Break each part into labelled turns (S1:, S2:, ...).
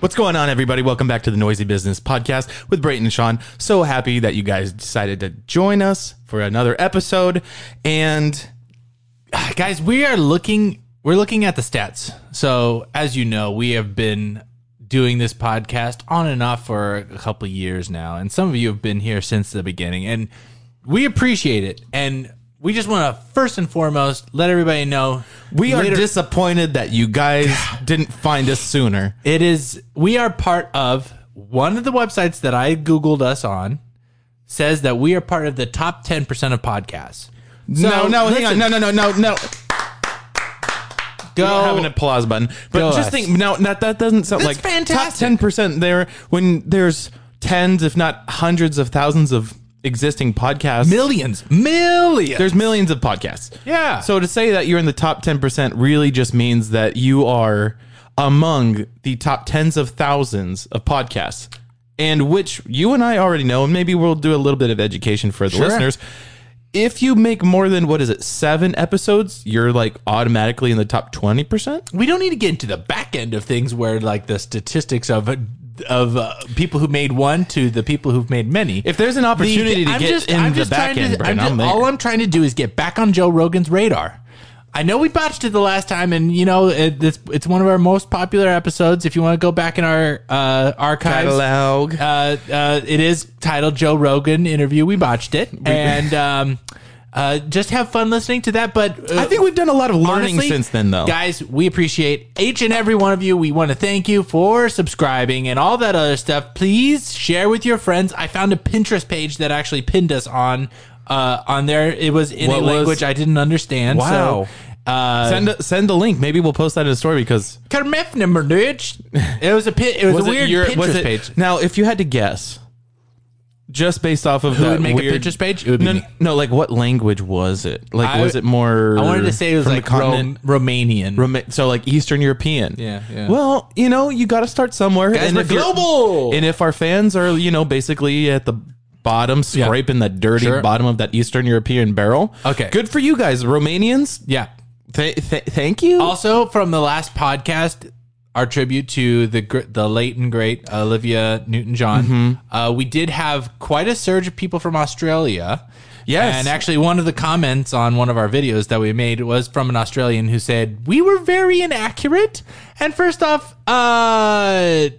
S1: What's going on, everybody? Welcome back to the Noisy Business Podcast with Brayton and Sean. So happy that you guys decided to join us for another episode. And ah, guys, we are looking we're looking at the stats.
S2: So, as you know, we have been doing this podcast on and off for a couple of years now, and some of you have been here since the beginning, and we appreciate it. And we just want to first and foremost let everybody know
S1: We are
S2: later-
S1: disappointed that you guys didn't find us sooner.
S2: It is we are part of one of the websites that I googled us on says that we are part of the top 10% of podcasts.
S1: no, no, hang on.
S2: listen.
S1: No, no, no, no, no.
S2: Go
S1: I don't have an applause button. But
S2: Go
S1: just
S2: us.
S1: think, no, that that doesn't sound like
S2: That's
S1: top
S2: fantastic.
S1: ten percent there when there's tens, if not hundreds of thousands of existing podcasts.
S2: millions, millions.
S1: there's millions of podcasts.
S2: Yeah.
S1: So to say that you're in the top ten percent really just means that you are among the top tens of thousands of podcasts, and which you and I already know, and maybe we'll do a little bit of education for the listeners. If you make more than what is it, seven episodes, you're like automatically in the top twenty percent.
S2: we don't need to get into the back end of things where like the statistics of of uh, people who made one to the people who've made many.
S1: If there's an opportunity to
S2: I'm
S1: get in the back
S2: trying
S1: end,
S2: to,
S1: Brian,
S2: I'm
S1: I'm
S2: just-
S1: there.
S2: all I'm trying to do is get back on Joe Rogan's radar. I know we botched it the last time, and you know it, it's it's one of our most popular episodes. If you want to go back in our uh, archives,
S1: Catalog.
S2: uh, uh, it is titled Joe Rogan interview. We botched it, and um, uh, just have fun listening to that. But uh,
S1: I think we've done a lot of learning
S2: Honestly,
S1: since then, though.
S2: Guys, we appreciate each and every one of you. We want to thank you for subscribing and all that other stuff. Please share with your friends. I found a Pinterest page that actually pinned us on uh, on there. It was in
S1: What
S2: a
S1: was-
S2: language I didn't understand.
S1: Wow.
S2: So, uh,
S1: send a, send a link. Maybe we'll post that in a story because
S2: Kermifne Mernuch. it was a pin, it was,
S1: was
S2: a
S1: it
S2: weird
S1: your-
S2: Pinterest
S1: was it-
S2: page.
S1: Now, if you had to guess, just based off of
S2: Who
S1: that
S2: would make
S1: weird,
S2: a Pinterest page? It would be
S1: No,
S2: me.
S1: no, no, like what language was it? Like,
S2: I-
S1: was it more?
S2: I wanted to say it was
S1: from
S2: like
S1: the continent.
S2: Rom- Romanian.
S1: Roma- so like Eastern European.
S2: Yeah, yeah.
S1: Well, you know, you got to start somewhere.
S2: Guys, we're
S1: if you're-
S2: global.
S1: And if our fans are, you know, basically at the bottom, scraping the dirty
S2: Sure.
S1: bottom of that Eastern European barrel.
S2: Okay.
S1: Good for you guys, Romanians.
S2: yeah.
S1: Th- th- thank you.
S2: Also, from the last podcast, our tribute to the gr- the late and great Olivia Newton John, uh, we did have quite a surge of people from Australia.
S1: Yes.
S2: And actually, one of the comments on one of our videos that we made was from an Australian who said, We were very inaccurate. And first off, uh,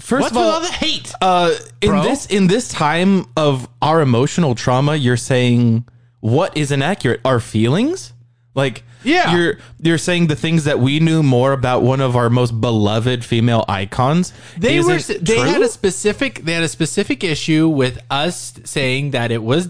S1: First
S2: what's
S1: of all,
S2: with all the hate?
S1: uh, in
S2: Bro?
S1: this in this time of our emotional trauma, you're saying what is inaccurate? Our feelings, like
S2: Yeah.
S1: you're you're saying the things that we knew more about one of our most beloved female icons.
S2: they were
S1: isn't
S2: they
S1: true?
S2: had a specific they had a specific issue with us saying that it was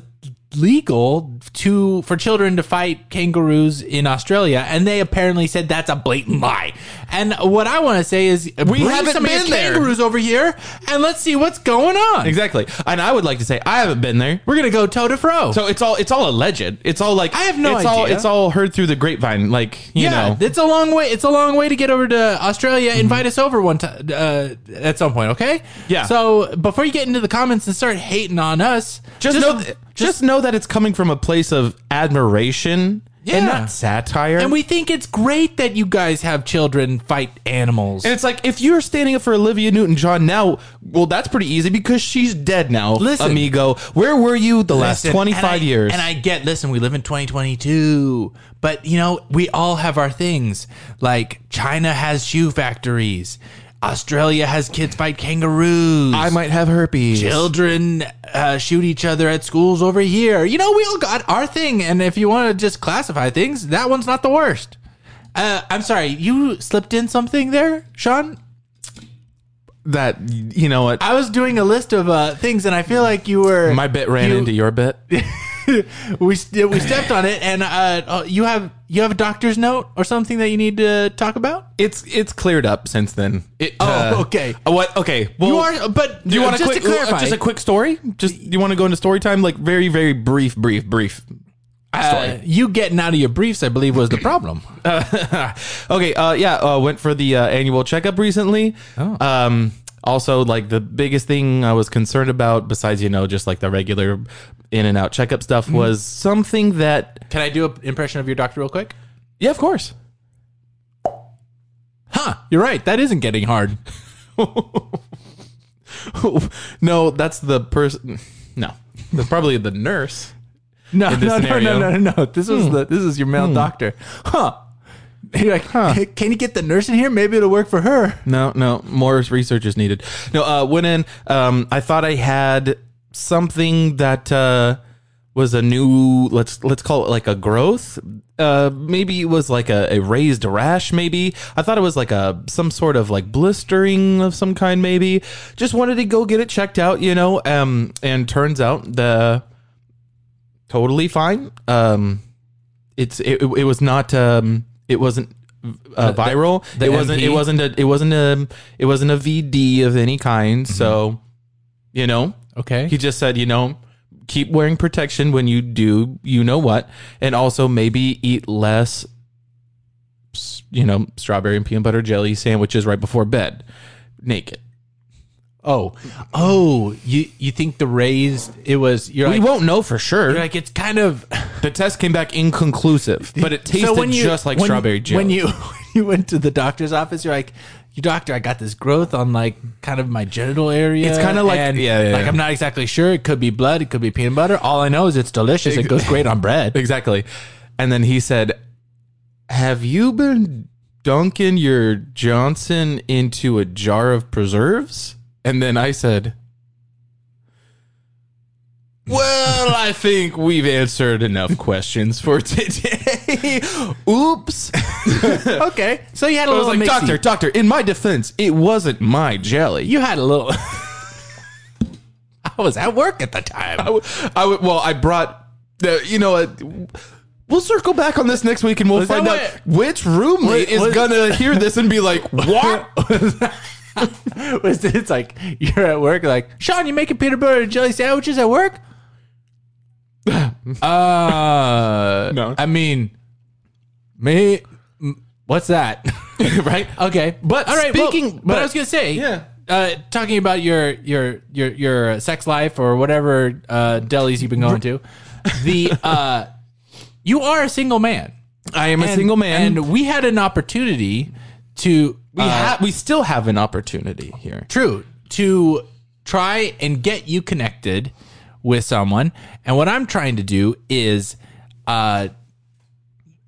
S2: legal to for children to fight kangaroos in Australia and they apparently said that's a blatant lie. And what I want to say is we
S1: haven't been there.
S2: kangaroos over here and let's see what's going on.
S1: exactly, and I would like to say I haven't been there.
S2: We're going to go toe to fro.
S1: So it's all it's all alleged. It's all like
S2: I have no
S1: it's All,
S2: idea.
S1: it's all heard through the grapevine. Like you know, Mm-hmm.
S2: it's a long way. It's a long way to get over to Australia. Invite us over one time uh, at some point, okay?
S1: Yeah.
S2: So before you get into the comments and start hating on us,
S1: just, know th- just, know that it's coming from a place of admiration
S2: Yeah.
S1: and not satire.
S2: And we think it's great that you guys have children fight animals.
S1: And it's like if you're standing up for Olivia Newton-John now, well, that's pretty easy because she's dead now,
S2: Listen.
S1: amigo. Where were you the last
S2: Listen,
S1: 25
S2: and I-
S1: years?
S2: And I get, listen, we live in 2022, but you know, we all have our things. Like China has shoe factories, Australia has kids fight kangaroos.
S1: I might have herpes.
S2: Children uh, shoot each other at schools over here. You know, we all got our thing. And if you want to just classify things, that one's not the worst. Uh, I'm sorry, you slipped in something there, Sean?
S1: That you know what?
S2: I was doing a list of uh, things, and I feel like you were
S1: My bit ran
S2: you-
S1: into your bit.
S2: we st- we stepped on it, and uh, oh, you have you have a doctor's note or something that you need to talk about.
S1: It's it's cleared up since then. It,
S2: Oh, okay.
S1: What? Okay. Well,
S2: You are, but
S1: Do you want
S2: just
S1: quick, uh,
S2: to clarify?
S1: Just a quick story. Just you want to go into story time? Like very very brief, brief, brief.
S2: uh, you getting out of your briefs, I believe, was the problem.
S1: okay, uh, yeah, uh, went for the uh, annual checkup recently.
S2: Oh.
S1: Um, also, like the biggest thing I was concerned about, besides you know just like the regular in and out checkup stuff,
S2: Mm-hmm.
S1: was something that
S2: Can I do an impression of your doctor real quick?
S1: yeah, of course.
S2: Huh? You're right. That isn't getting hard.
S1: no, that's the person. No, that's probably the nurse.
S2: No,
S1: in this
S2: no, no, no,
S1: scenario. Hmm.
S2: no, no, no. This was the this is your male doctor. Huh. You're like, can you get the nurse in here? Maybe it'll work for her.
S1: No, no, more research is needed. No, uh, went in. Um, I thought I had something that uh, was a new. Let's let's call it like a growth. Uh, maybe it was like a, a raised rash. Maybe I thought it was like a some sort of like blistering of some kind. Maybe just wanted to go get it checked out. You know. Um, and turns out the totally fine. Um, it's it, it was not um it wasn't uh, viral.
S2: the
S1: it wasn't it
S2: MP?
S1: wasn't a it wasn't a it wasn't a VD of any kind.
S2: Mm-hmm.
S1: So you know
S2: Okay.
S1: he just said you know keep wearing protection when you do you know what and also maybe eat less s- you know strawberry and peanut butter jelly sandwiches right before bed naked.
S2: oh. Oh, you you think the raised it was you're
S1: We
S2: like,
S1: won't know for
S2: you're
S1: sure.
S2: like it's kind of
S1: The test came back inconclusive, but it tasted just like
S2: when-
S1: strawberry jelly.
S2: When you when you went to the doctor's office, you're like, "Your doctor, I got this growth on like kind of my genital area.
S1: It's kinda like-
S2: and,
S1: yeah, yeah,
S2: like
S1: yeah.
S2: I'm not exactly sure. It could be blood. It could be peanut butter. All I know is it's delicious. It goes great on bread.
S1: Exactly. And then he said, Have you been dunking your Johnson into a jar of preserves? And then I said, Well, I think we've answered enough questions for today. Oops.
S2: okay, so you had a
S1: I
S2: little
S1: was like,
S2: mixy.
S1: Doctor, Doctor, in my defense, it wasn't my jelly.
S2: You had a little. I was at work at the time.
S1: I would, I would, well, I brought, the, you know, uh, we'll circle back on this next week and we'll
S2: that
S1: find out
S2: what-
S1: which roommate is
S2: was-
S1: gonna hear this and be like, what?
S2: was it's like you're at work like Sean, you making peanut butter and jelly sandwiches at work? uh
S1: No.
S2: I mean me m- what's that?
S1: right?
S2: okay.
S1: But
S2: all right, well,
S1: speaking-
S2: but,
S1: but-
S2: I was going to say
S1: Yeah.
S2: Uh, talking about your your your your uh, sex life or whatever uh, delis you've been going to, the uh, you are a single man,
S1: I am a
S2: And-
S1: single man.
S2: and we had an opportunity to
S1: we ha- we still have an opportunity here.
S2: Uh, True. To try and get you connected with someone. And what I'm trying to do is uh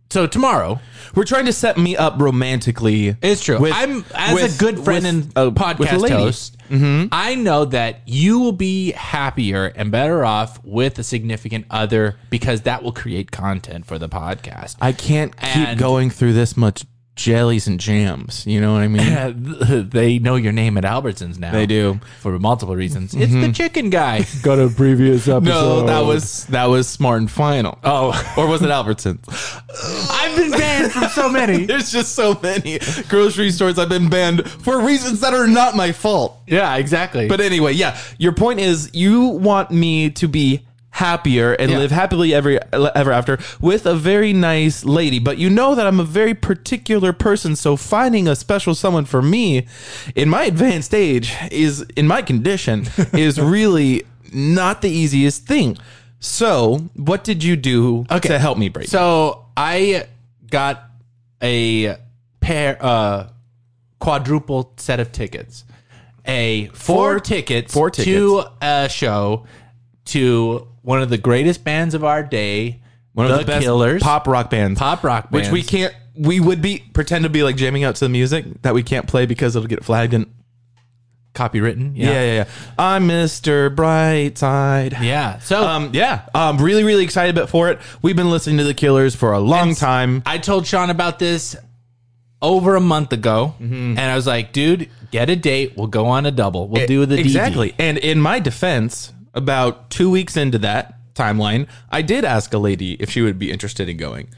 S2: so tomorrow
S1: We're trying to set me up romantically.
S2: it's true.
S1: With-
S2: I'm as
S1: with-
S2: a Mm-hmm. good friend
S1: with-
S2: and
S1: uh, with a
S2: podcast
S1: lady.
S2: host. I know that you will be happier and better off with a significant other because that will create content for the podcast.
S1: I can't keep
S2: And-
S1: going through this much jellies and jams. You know what I mean?
S2: they know your name at Albertsons now.
S1: They do. Mm-hmm.
S2: for multiple reasons. It's the chicken guy. Go to previous episode.
S1: No, that was that was smart and final.
S2: oh.
S1: Or was it Albertson?
S2: I've been banned from so many.
S1: There's just so many grocery stores I've been banned for reasons that are not my fault.
S2: yeah, exactly.
S1: But anyway, yeah, your point is you want me to be happier and
S2: Yeah.
S1: live happily every ever after with a very nice lady, but you know that I'm a very particular person, so finding a special someone for me in my advanced age is in my condition is really not the easiest thing. So, what did you do to help me break?
S2: so I got a pair, uh, quadruple set of tickets. A four,
S1: Four-
S2: tickets,
S1: four
S2: to a show to one of the greatest bands of our day,
S1: One of the, best
S2: Killers, pop,
S1: pop rock bands.
S2: rock,
S1: which we
S2: bands.
S1: can't we would be pretend to be like jamming out to the music that we can't play because it'll get flagged and
S2: copywritten.
S1: yeah yeah yeah i'm mr brightside
S2: yeah. So
S1: um yeah um really really excited about- for it we've been listening to the killers for a long time
S2: I told Sean about this over a month ago, and I was like, "Dude, get a date. We'll go on a double. We'll do the DD."
S1: exactly and in my defense about two weeks into that timeline i did ask a lady if she would be interested in going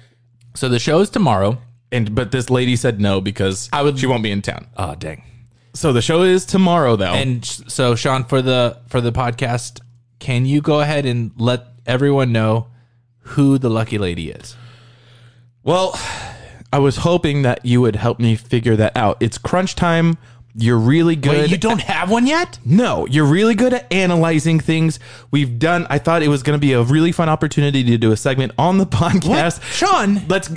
S2: So the show's tomorrow.
S1: and but this lady said no because I would, she won't be in town
S2: Oh dang!
S1: so the show is tomorrow though
S2: And sh- so Sean, for the for the podcast, can you go ahead and let everyone know who the lucky lady is?
S1: Well, I was hoping that you would help me figure that out. It's crunch time. You're really good.
S2: Wait, you don't have one yet?
S1: No, you're really good at analyzing things. We've done. I thought it was going to be a really fun opportunity to do a segment on the podcast.
S2: Sean?
S1: Let's.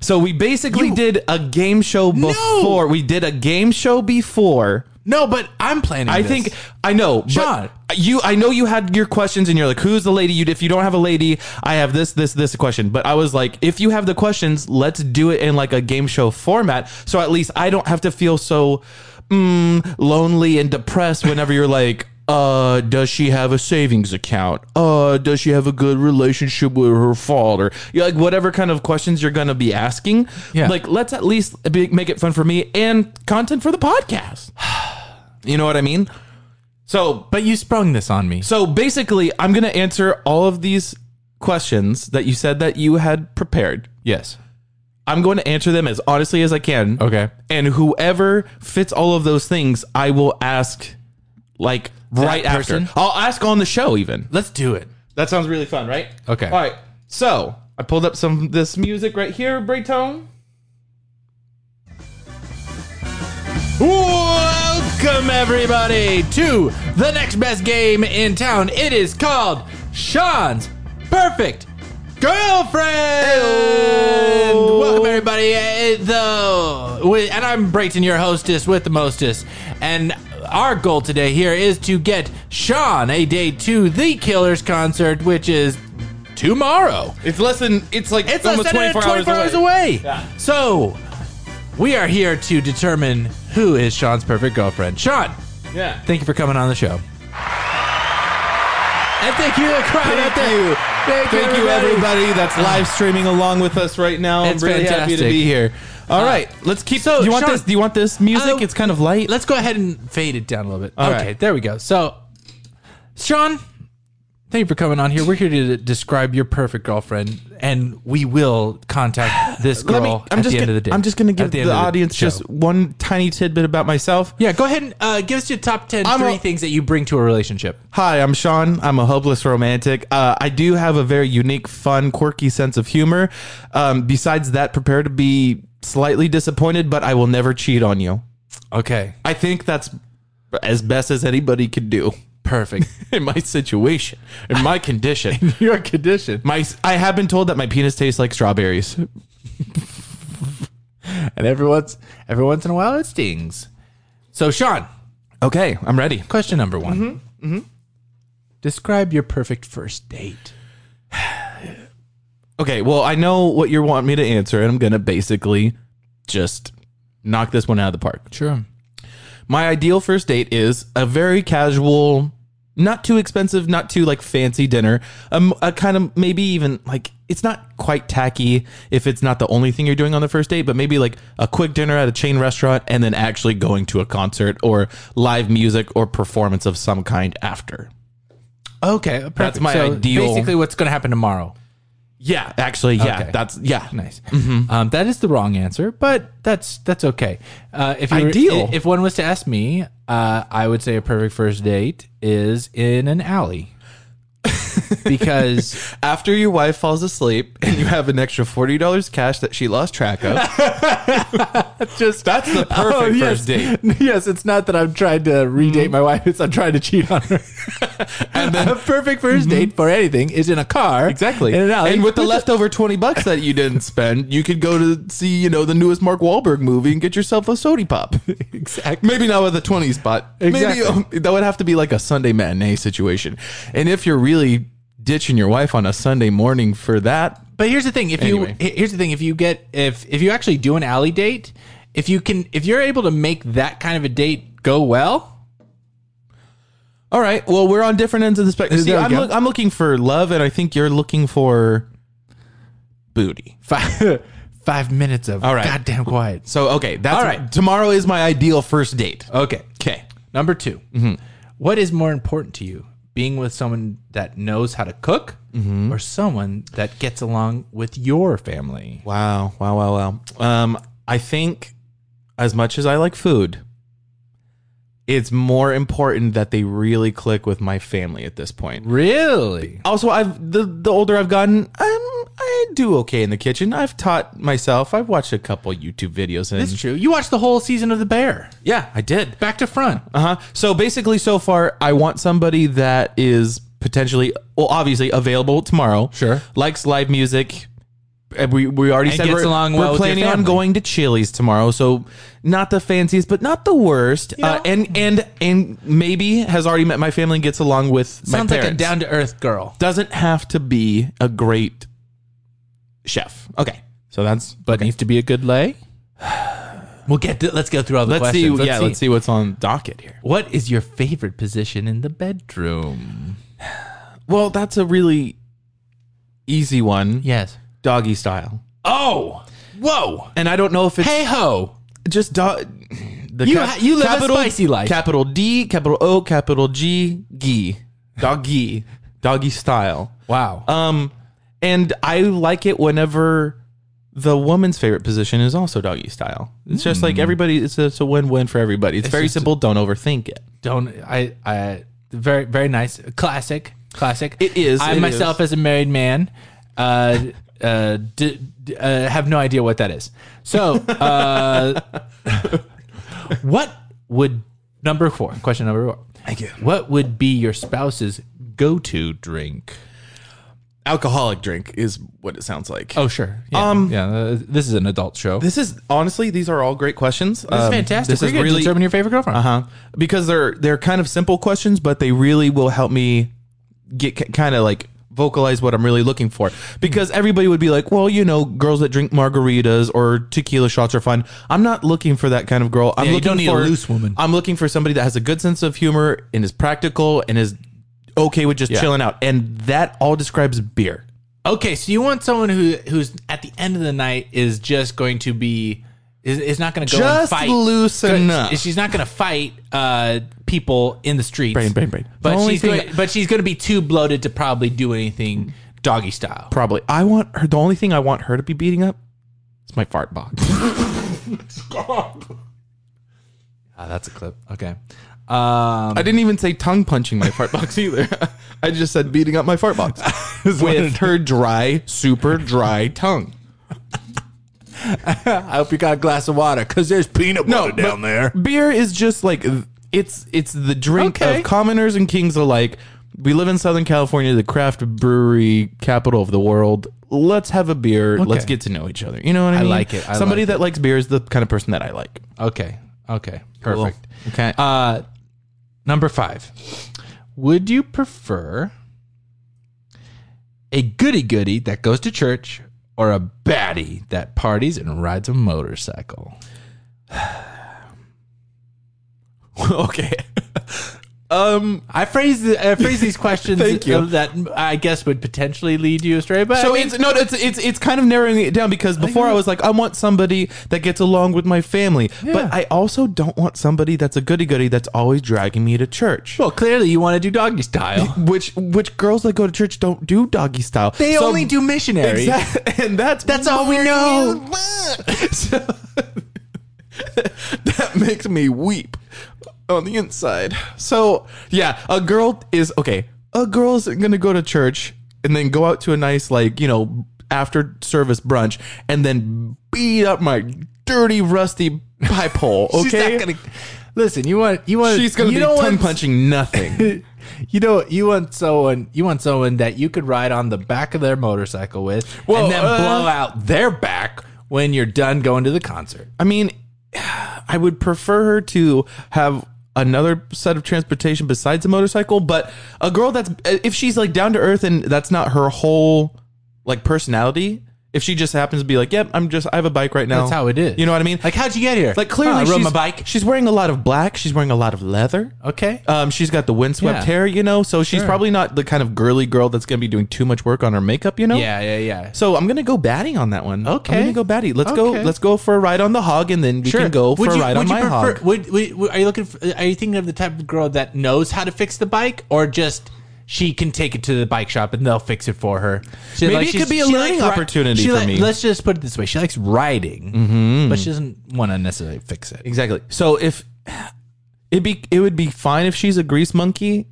S1: So we basically
S2: You-
S1: did a game show before. We did a game show before.
S2: No, but I'm planning.
S1: I
S2: this.
S1: think I know,
S2: Sean.
S1: But you, I know you had your questions, and you're like, "Who's the lady?" You, if you don't have a lady, I have this, this, this question. But I was like, if you have the questions, let's do it in like a game show format, so at least I don't have to feel so mm, lonely and depressed whenever you're like. Uh, does she have a savings account? Uh, does she have a good relationship with her father? You know, like whatever kind of questions you're gonna be asking.
S2: Yeah.
S1: Like, let's at least be, make it fun for me and content for the podcast. You know what I mean? So,
S2: But you sprung this on me.
S1: so basically, I'm going to answer all of these questions that you said that you had prepared.
S2: Yes.
S1: I'm going to answer them as honestly as I can.
S2: Okay.
S1: And whoever fits all of those things, I will ask like right
S2: person?
S1: after. I'll ask on the show even.
S2: Let's do it.
S1: That sounds really fun, right?
S2: Okay.
S1: All right. So, I pulled up some this music right here, Braytone.
S2: Welcome everybody to the next best game in town. It is called Sean's Perfect Girlfriend. Welcome everybody. Uh, The we- and I'm Brayton, your hostess with the mostest, and our goal today here is to get Sean a date to the Killers concert, which is tomorrow.
S1: It's less than it's like
S2: It's
S1: almost
S2: almost
S1: 24,
S2: 24 hours
S1: away.
S2: away.
S1: Yeah.
S2: So, we are here to determine who is Sean's perfect girlfriend. Sean,
S1: Yeah.
S2: thank you for coming on the show. And thank you, the crowd out there.
S1: you.
S2: Thank,
S1: Thank you, everybody that's live streaming along with us right now.
S2: It's
S1: I'm really happy to
S2: fantastic.
S1: be here. All
S2: Uh,
S1: right, let's keep.
S2: so,
S1: do you want
S2: Sean-
S1: this? Do you want this music?
S2: Uh,
S1: it's kind of light.
S2: Let's go ahead and fade it down a little bit.
S1: All
S2: okay,
S1: right.
S2: there we go. So, Sean, thank you for coming on here. We're here to describe your perfect girlfriend, and we will contact this girl
S1: Let me. I'm
S2: at
S1: just.
S2: the
S1: Gonna,
S2: end of the day.
S1: I'm just going to
S2: At
S1: give the,
S2: end of
S1: audience
S2: show.
S1: just one tiny tidbit about myself.
S2: Yeah, go ahead and uh, give us your top 10
S1: I'm
S2: three
S1: a-
S2: things that you bring to a relationship.
S1: Hi, I'm Sean. I'm a hopeless romantic. Uh, I do have a very unique, fun, quirky sense of humor. Um, besides that, prepare to be slightly disappointed, but I will never cheat on you.
S2: Okay,
S1: I think that's as best as anybody could do
S2: perfect.
S1: in my situation, in my condition.
S2: your condition.
S1: My, I have been told that my penis tastes like strawberries.
S2: And every once, every once in a while, it stings. So, Sean,
S1: Okay, I'm ready.
S2: question number one. mm-hmm. Describe your perfect first date.
S1: Okay, well, I know what you want me to answer, and I'm gonna basically just knock this one out of the park.
S2: Sure.
S1: My ideal first date is a very casual, not too expensive, not too like fancy dinner. Um, a kind of maybe even like it's not quite tacky if it's not the only thing you're doing on the first date, but maybe like a quick dinner at a chain restaurant and then actually going to a concert or live music or performance of some kind after.
S2: Okay, perfect.
S1: That's my ideal-
S2: Basically, what's going to happen tomorrow?
S1: Yeah, actually, yeah,
S2: Okay.
S1: that's yeah.
S2: Nice. Um, that is the wrong answer, but that's that's okay. Uh, if you were-
S1: Ideal.
S2: if one was to ask me, uh, I would say a perfect first date is in an alley because
S1: After your wife falls asleep and you have an extra forty dollars cash that she lost track of,
S2: just
S1: that's the perfect
S2: Oh, yes.
S1: first date.
S2: Yes, it's not that I'm trying to redate my wife; it's I'm trying to cheat on her. Mm-hmm. and then, Mm-hmm. a perfect 1st date for anything is in a car,
S1: Exactly.
S2: in an alley,
S1: and with the leftover twenty bucks that you didn't spend, you could go to see you know the newest Mark Wahlberg movie and get yourself a sody pop.
S2: exactly.
S1: Maybe not with a twenty spot.
S2: Exactly.
S1: Maybe um, that would have to be like a Sunday matinee situation. And if you're really ditching your wife on a Sunday morning for that,
S2: But here's the thing: if
S1: Anyway.
S2: you he- here's the thing: if you get if if you actually do an alley date, if you can if you're able to make that kind of a date go well,
S1: all right. Well, we're on different ends of the spectrum. See,
S2: There we
S1: I'm,
S2: go.
S1: look- I'm looking for love, and I think you're looking for booty.
S2: five five minutes of
S1: All right.
S2: goddamn quiet.
S1: So okay, that's
S2: All right.
S1: Tomorrow is my ideal first date.
S2: Okay,
S1: Okay.
S2: number 2 What is more important to you? Being with someone that knows how to cook, or someone that gets along with your family.
S1: Wow, wow, wow, wow. Um, I think as much as I like food, it's more important that they really click with my family at this point.
S2: Really?
S1: Also, I've the the older I've gotten, um, I do okay in the kitchen. I've taught myself. I've watched a couple YouTube videos. And
S2: It's true. You watched the whole season of The Bear,
S1: yeah, I did.
S2: back to front.
S1: Uh huh. So basically, so far, I want somebody that is potentially, well, obviously available tomorrow.
S2: Sure.
S1: Likes live music. And we we already
S2: And
S1: said
S2: gets
S1: we're,
S2: along well
S1: we're
S2: with your
S1: planning on
S2: family.
S1: going to Chili's tomorrow, so not the fanciest, but not the worst. uh,
S2: know?
S1: and and and maybe has already met my family and gets along with my
S2: Sounds like
S1: parents.
S2: a down to earth girl.
S1: Doesn't have to be a great chef. Okay, so that's
S2: but needs to be a good lay. We'll get. To, let's go through all the
S1: let's see.
S2: questions.
S1: yeah, let's see what's on docket here.
S2: What is your favorite position in the bedroom?
S1: Well, that's a really easy one.
S2: Yes.
S1: Doggy style.
S2: Oh, whoa.
S1: and I don't know if it's
S2: Hey ho.
S1: just do- the
S2: You ha- you live a
S1: capital,
S2: spicy life.
S1: Capital D, capital O, capital G, gee, doggy, doggy style.
S2: Wow.
S1: Um, and I like it whenever the woman's favorite position is also doggy style. It's just
S2: Hmm.
S1: like everybody. It's a, it's a win-win for everybody. It's, very simple. don't overthink it.
S2: Don't I? I very very nice. Classic. Classic.
S1: It is,
S2: I
S1: it
S2: myself, as a married man, uh, uh, d- d- uh, have no idea what that is. So, uh, what would number four? Question number four.
S1: Thank you.
S2: What would be your spouse's go-to drink?
S1: Alcoholic drink is what it sounds like.
S2: Oh, sure. Yeah,
S1: Um,
S2: yeah. uh, This is an adult show. This
S1: This is honestly, these are all great questions. This
S2: is fantastic.
S1: This
S2: We're
S1: is
S2: gonna
S1: really
S2: determine your favorite girlfriend.
S1: Uh huh. Because they're they're kind of simple questions, but they really will help me get k- kind of like vocalize what I'm really looking for. Because everybody would be like, well, you know, girls that drink margaritas or tequila shots are fun. I'm not looking for that kind of girl. I'm
S2: you
S1: looking
S2: don't need a
S1: for
S2: loose woman.
S1: I'm looking for somebody that has a good sense of humor and is practical and is okay with just chilling out. And that all describes beer.
S2: Okay, so you want someone who who's at the end of the night is just going to be is, is not going to go and
S1: Just
S2: fight.
S1: loose enough.
S2: She's not going to fight uh, people in the streets.
S1: Brain, brain, brain. The
S2: But
S1: only
S2: she's
S1: thing
S2: going, but she's going to be too bloated to probably do anything doggy style.
S1: Probably. I want her. The only thing I want her to be beating up is my fart box.
S2: Ah, that's a clip. Okay. Um,
S1: I didn't even say tongue punching my fart box either. I just said beating up my fart box with her dry, super dry tongue.
S2: I hope you got a glass of water because there's peanut
S1: No, but Beer is just like it's it's the drink
S2: Okay.
S1: of commoners and kings alike. We live in Southern California, the craft brewery capital of the world. Let's have a beer. Let's get to know each other. You know what I, mean?
S2: like it. I
S1: Somebody
S2: like
S1: that likes beer is the kind of person that I like.
S2: Okay. Okay. Perfect.
S1: Okay.
S2: Uh, number five. Would you prefer a goody goody that goes to church or a baddie that parties and rides a motorcycle?
S1: okay. um.
S2: I phrase I phrase these questions
S1: Thank you.
S2: that I guess would potentially lead you astray, but
S1: So it's no, it's it's it's kind of narrowing it down because before I was like, I want somebody that gets along with my family,
S2: Yeah.
S1: but I also don't want somebody that's a goody goody that's always dragging me to church.
S2: well, clearly you want to do doggy style.
S1: Which which girls that go to church don't do doggy style.
S2: They
S1: So-
S2: only do missionary.
S1: Exact- and that's
S2: That's all we know.
S1: So- that makes me weep on the inside. So yeah, a girl is okay. A girl's gonna go to church and then go out to a nice like you know after service brunch and then beat up my dirty rusty pipe hole. Okay,
S2: She's not gonna- listen, you want you want
S1: She's gonna
S2: you
S1: be
S2: don't
S1: tongue
S2: want-
S1: punching nothing.
S2: you know, you want someone, you want someone that you could ride on the back of their motorcycle with,
S1: Well,
S2: and then
S1: uh,
S2: blow out their back when you're done going to the concert.
S1: I mean, I would prefer her to have another set of transportation besides a motorcycle, but a girl that's if she's like down to earth and that's not her whole like personality, if she just happens to be like, "Yep, I'm just I have a bike right now."
S2: That's how it is.
S1: You know what I mean?
S2: Like, how'd you get here?
S1: like clearly
S2: "Oh, I rode
S1: she's,
S2: my bike.
S1: She's wearing a lot of black, she's wearing a lot of leather.
S2: Okay,
S1: Um, she's got the windswept
S2: Yeah.
S1: hair, you know, so she's
S2: Sure.
S1: probably not the kind of girly girl that's going to be doing too much work on her makeup, you know.
S2: yeah, yeah, yeah.
S1: So I'm gonna go batting on that one.
S2: Okay.
S1: I'm gonna go batty. Let's go.
S2: Okay.
S1: Let's go for a ride on the hog, and then we can go for
S2: Would
S1: a
S2: you-
S1: ride on
S2: would you
S1: my
S2: prefer-
S1: hog.
S2: Would, would, would- are you looking? For, are you thinking of the type of girl that knows how to fix the bike, or just she can take it to the bike shop and they'll fix it for her? She-
S1: Maybe it could
S2: she's-
S1: be a
S2: she
S1: learning
S2: likes ri-
S1: opportunity
S2: she
S1: for
S2: li-
S1: me.
S2: Let's just put it this way: she likes riding, but she doesn't want to necessarily fix it.
S1: Exactly. So if it'd be, it would be fine if she's a grease monkey,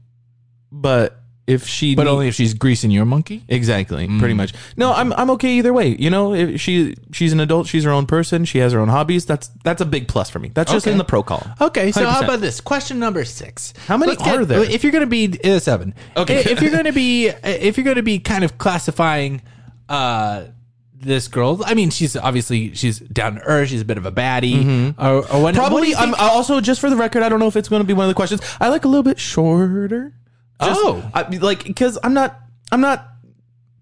S1: but if she
S2: But
S1: need-
S2: only Mm. if she's greasing your monkey.
S1: Exactly, pretty much. No, I'm I'm okay either way. You know, if she she's an adult, she's her own person, she has her own hobbies. That's that's a big plus for me. That's just
S2: Okay.
S1: in the pro column.
S2: Okay, so how
S1: 100%.
S2: about this? Question number six.
S1: How many are there?
S2: If you're going to be uh, seven.
S1: Okay.
S2: If you're going to be, uh, if you're going to be kind of classifying, uh, this girl. I mean, she's obviously she's down to earth. She's a bit of a baddie, or, or what, What do
S1: Mm-hmm. Probably.
S2: you
S1: I'm
S2: think?
S1: I also just for the record. I don't know if it's going to be one of the questions. I like a little bit shorter. Just-
S2: Oh.
S1: I, like because I'm not I'm not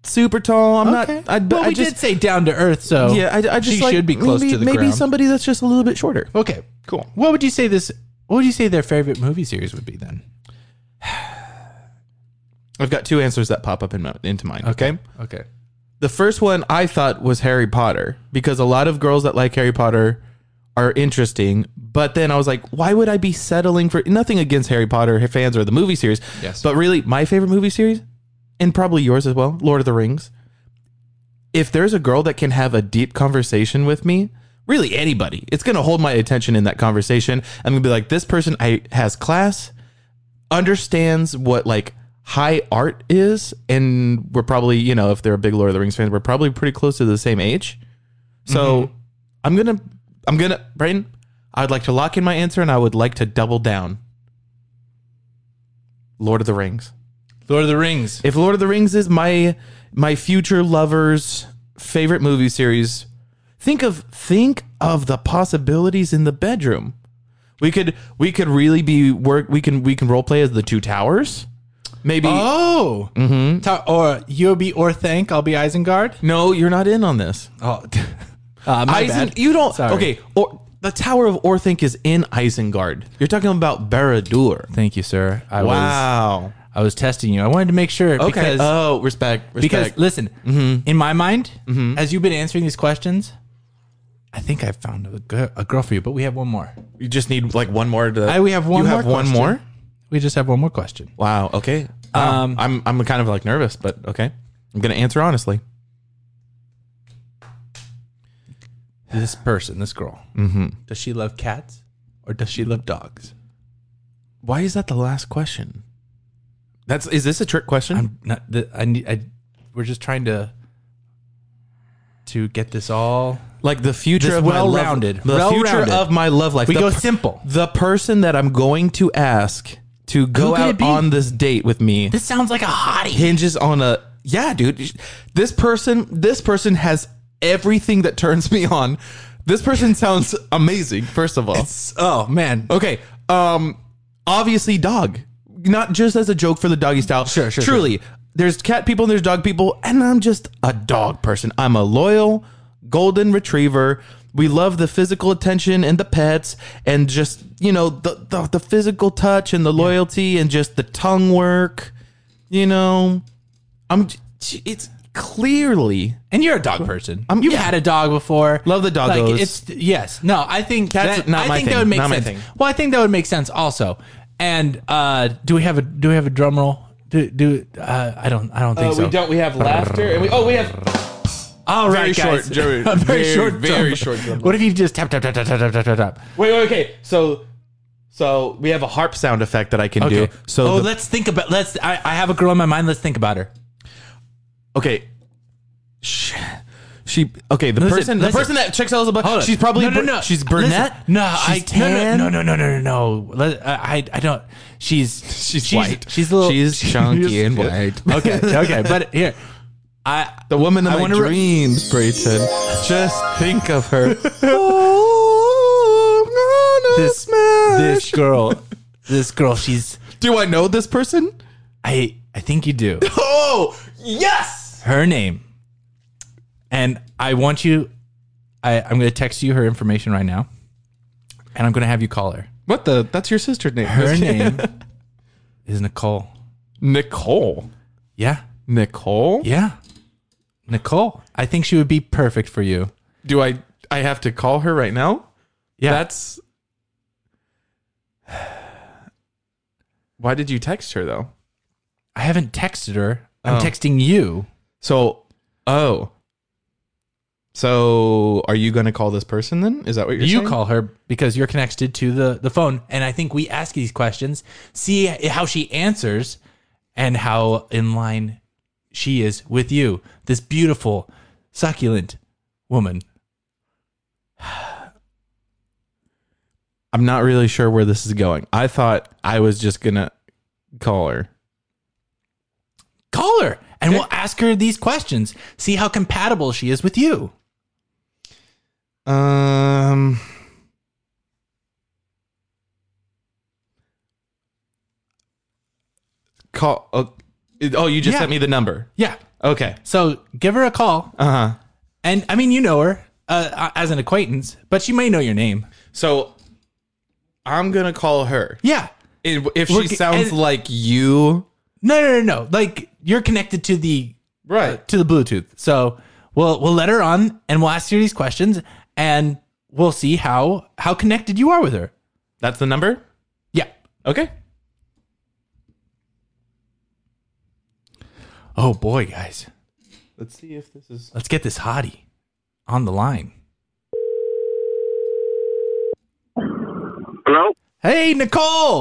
S1: super tall. I'm
S2: Okay.
S1: not. I, but
S2: well,
S1: I
S2: we
S1: just
S2: did say down to earth, so
S1: yeah. I, I just
S2: she
S1: like
S2: should be close
S1: maybe,
S2: to the
S1: maybe
S2: ground.
S1: somebody that's just a little bit shorter.
S2: okay,
S1: Cool.
S2: What would you say this? What would you say their favorite movie series would be then?
S1: I've got two answers that pop up in my, into mine. okay?
S2: Okay.
S1: The first one I thought was Harry Potter because a lot of girls that like Harry Potter are interesting. But then I was like, why would I be settling for nothing against Harry Potter fans or the movie series?
S2: Yes.
S1: But really, my favorite movie series, and probably yours as well, Lord of the Rings. If there's a girl that can have a deep conversation with me, really anybody, it's going to hold my attention in that conversation. I'm going to be like, this person I, has class understands what like high art is and we're probably you know if they're a big lord of the rings fan we're probably pretty close to the same age so i'm gonna i'm gonna Brayden, i'd like to lock in my answer and i would like to double down lord of the rings
S2: Lord of the Rings.
S1: if lord of the rings is my my future lover's favorite movie series think of think of the possibilities in the bedroom we could we could really be work we can we can role play as the two towers maybe
S2: Oh. Mm-hmm. Ta- or you'll be or thank. I'll be Isengard.
S1: no you're not in on this
S2: Oh. uh, my
S1: Isen-
S2: bad.
S1: you don't
S2: Sorry.
S1: okay or the tower of orthanc is in isengard you're talking about barad-dûr
S2: Thank you, sir. I was
S1: wow
S2: I was testing you. I wanted to make sure
S1: okay
S2: because
S1: oh respect
S2: because
S1: respect
S2: listen, in my mind, as you've been answering these questions, I think I found a, gir- a girl for you. But we have one more.
S1: you just need like one more to
S2: I- we have one
S1: you
S2: more
S1: have one
S2: question.
S1: more
S2: We just have one more question.
S1: Wow. Okay. Wow.
S2: Um,
S1: I'm I'm kind of like nervous, but okay. I'm gonna answer honestly.
S2: This person, this girl, does she love cats or does she love dogs?
S1: Why is that the last question? That's is this a trick question?
S2: I'm not. The, I need. I. We're just trying to. To get this all.
S1: like the future
S2: This
S1: of my love-
S2: well-rounded,
S1: the
S2: well-rounded.
S1: future of my love life.
S2: We
S1: the
S2: go simple.
S1: The person that I'm going to ask to go
S2: could it
S1: out
S2: be?
S1: on this date with me
S2: This sounds like a hottie.
S1: hinges on a yeah, dude. This person this person has everything that turns me on. This person sounds amazing. First of all,
S2: Oh man.
S1: Okay. Um obviously dog. Not just as a joke for the doggy style.
S2: Sure, sure,
S1: Truly. There's cat people and there's dog people, and I'm just a dog person. I'm a loyal golden retriever. We love the physical attention and the pets and just, you know, the the, the physical touch and the loyalty and just the tongue work. You know. I'm it's clearly
S2: And you're a dog person. Um, You've
S1: yeah.
S2: had a dog before.
S1: Love the doggos.
S2: Like it's yes. No, I think
S1: Cats,
S2: that,
S1: not
S2: I
S1: my
S2: think
S1: thing.
S2: that would make
S1: Not my
S2: sense.
S1: thing.
S2: Well, I think that would make sense also. And uh, do we have a do we have a drum roll? Do do uh, I don't I don't think so.
S1: don't we have laughter and we oh we have
S2: All
S1: Very
S2: right, guys.
S1: short, very-
S2: a very,
S1: very,
S2: short,
S1: very
S2: drum.
S1: short drum roll.
S2: What if you just tap tap tap tap tap tap tap tap? tap?
S1: Wait, wait, okay. So, so we have a harp sound effect that I can
S2: Okay.
S1: do. So,
S2: oh,
S1: the-
S2: let's think about let's. I, I have a girl in my mind. Let's think about her.
S1: okay. Sh- She okay. The
S2: Listen,
S1: person,
S2: listen.
S1: the person that checks out the
S2: Hold
S1: box.
S2: on.
S1: She's probably
S2: no, no,
S1: br-
S2: no.
S1: She's brunette.
S2: Listen, no,
S1: she's
S2: I tan. No, no, no, no, no, no. no. Let, I, I, I don't. She's
S1: She's white.
S2: She's a little.
S1: She's chunky and white.
S2: Okay, okay, but here, I.
S1: The woman of
S2: I
S1: my
S2: wanna re-
S1: dreams, Brayton. Just think of her. oh, I'm gonna
S2: This
S1: smash.
S2: this girl, this girl. She's.
S1: Do I know this person?
S2: I I think you do.
S1: Oh, yes.
S2: Her name, and I want you. I I'm gonna text you her information right now, and I'm gonna have you call her.
S1: What the? That's your sister's name.
S2: Her name is Nicole.
S1: Nicole.
S2: Yeah,
S1: Nicole.
S2: yeah. Nicole, I think she would be perfect for you.
S1: Do I? I have to call her right now.
S2: Yeah.
S1: That's why did you text her though?
S2: I haven't texted her. I'm
S1: Oh.
S2: texting you.
S1: So oh. So are you gonna call this person then? Is that what you're
S2: you
S1: saying?
S2: call her because you're connected to the, the phone. And I think we ask these questions, see how she answers, and how in line she is with you, this beautiful, succulent woman.
S1: I'm not really sure where this is going. I thought I was just gonna call her.
S2: Call her and we'll ask her these questions. See how compatible she is with you.
S1: Um, call. Oh, it- oh, you just
S2: Yeah.
S1: sent me the number.
S2: Yeah.
S1: Okay.
S2: So give her a call.
S1: Uh huh.
S2: And I mean, you know her uh, as an acquaintance, but she may know your name.
S1: So I'm gonna call her.
S2: Yeah.
S1: If if
S2: Look,
S1: she sounds
S2: and-
S1: like you,
S2: No, no, no, no. Like you're connected to the
S1: right?
S2: to the Bluetooth. So we'll we'll let her on and we'll ask her these questions and we'll see how how connected you are with her.
S1: That's the number.
S2: Yeah.
S1: Okay.
S2: Oh boy, guys.
S1: Let's see if this is.
S2: Let's get this hottie on the line.
S3: Hello?
S2: Hey, Nicole.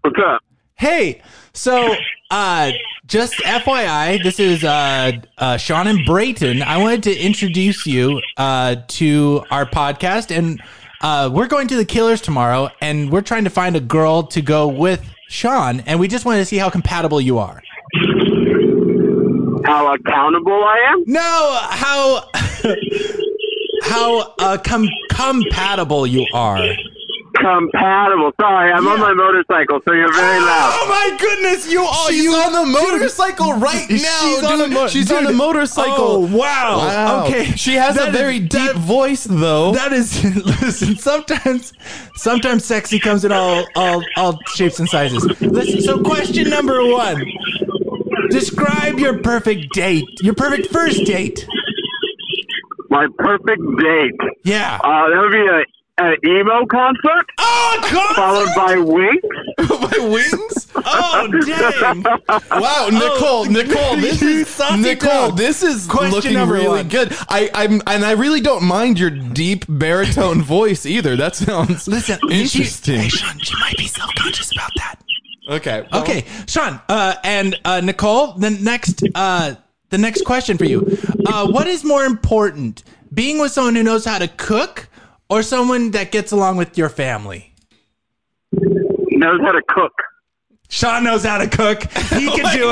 S3: What's up?
S2: Hey. So uh just FYI, this is uh, uh Sean and Brayton. I wanted to introduce you uh to our podcast and uh we're going to the Killers tomorrow and we're trying to find a girl to go with Sean and we just wanted to see how compatible you are.
S3: How accountable I am?
S2: No, how how uh, com- compatible you are.
S3: Compatible. Sorry, I'm on my motorcycle, so you're very loud.
S2: Oh my goodness, you are
S1: She's
S2: you
S1: on the motorcycle right now.
S2: She's on
S1: dude.
S2: a mo-
S1: She's on
S2: dude.
S1: a motorcycle.
S2: Oh, wow. Okay.
S1: She has
S2: That
S1: a
S2: is-
S1: very deep
S2: that-
S1: voice though.
S2: that is listen, sometimes sometimes sexy comes in all all all shapes and sizes. Listen, so question number 1. Describe your perfect date. Your perfect first date.
S3: My perfect date.
S2: Yeah.
S3: Uh, that would be a, an emo concert
S2: Oh god.
S3: followed by Wings.
S1: my wings.
S2: Oh dang.
S1: Wow, Oh, Nicole, Nicole, this
S2: you
S1: is
S2: sucked it
S1: Nicole,
S2: down.
S1: this is
S2: Oh. Question
S1: looking
S2: number
S1: really
S2: one.
S1: good. I, I'm and I really don't mind your deep baritone voice either. That sounds
S2: Listen,
S1: interesting.
S2: She, hey, Sean, she might be self-conscious about that.
S1: okay, well,
S2: Okay, Sean, uh, and uh, Nicole, the next uh, the next question for you: uh, What is more important, being with someone who knows how to cook, or someone that gets along with your family?
S3: Knows how to cook.
S2: Sean knows how to cook. He can do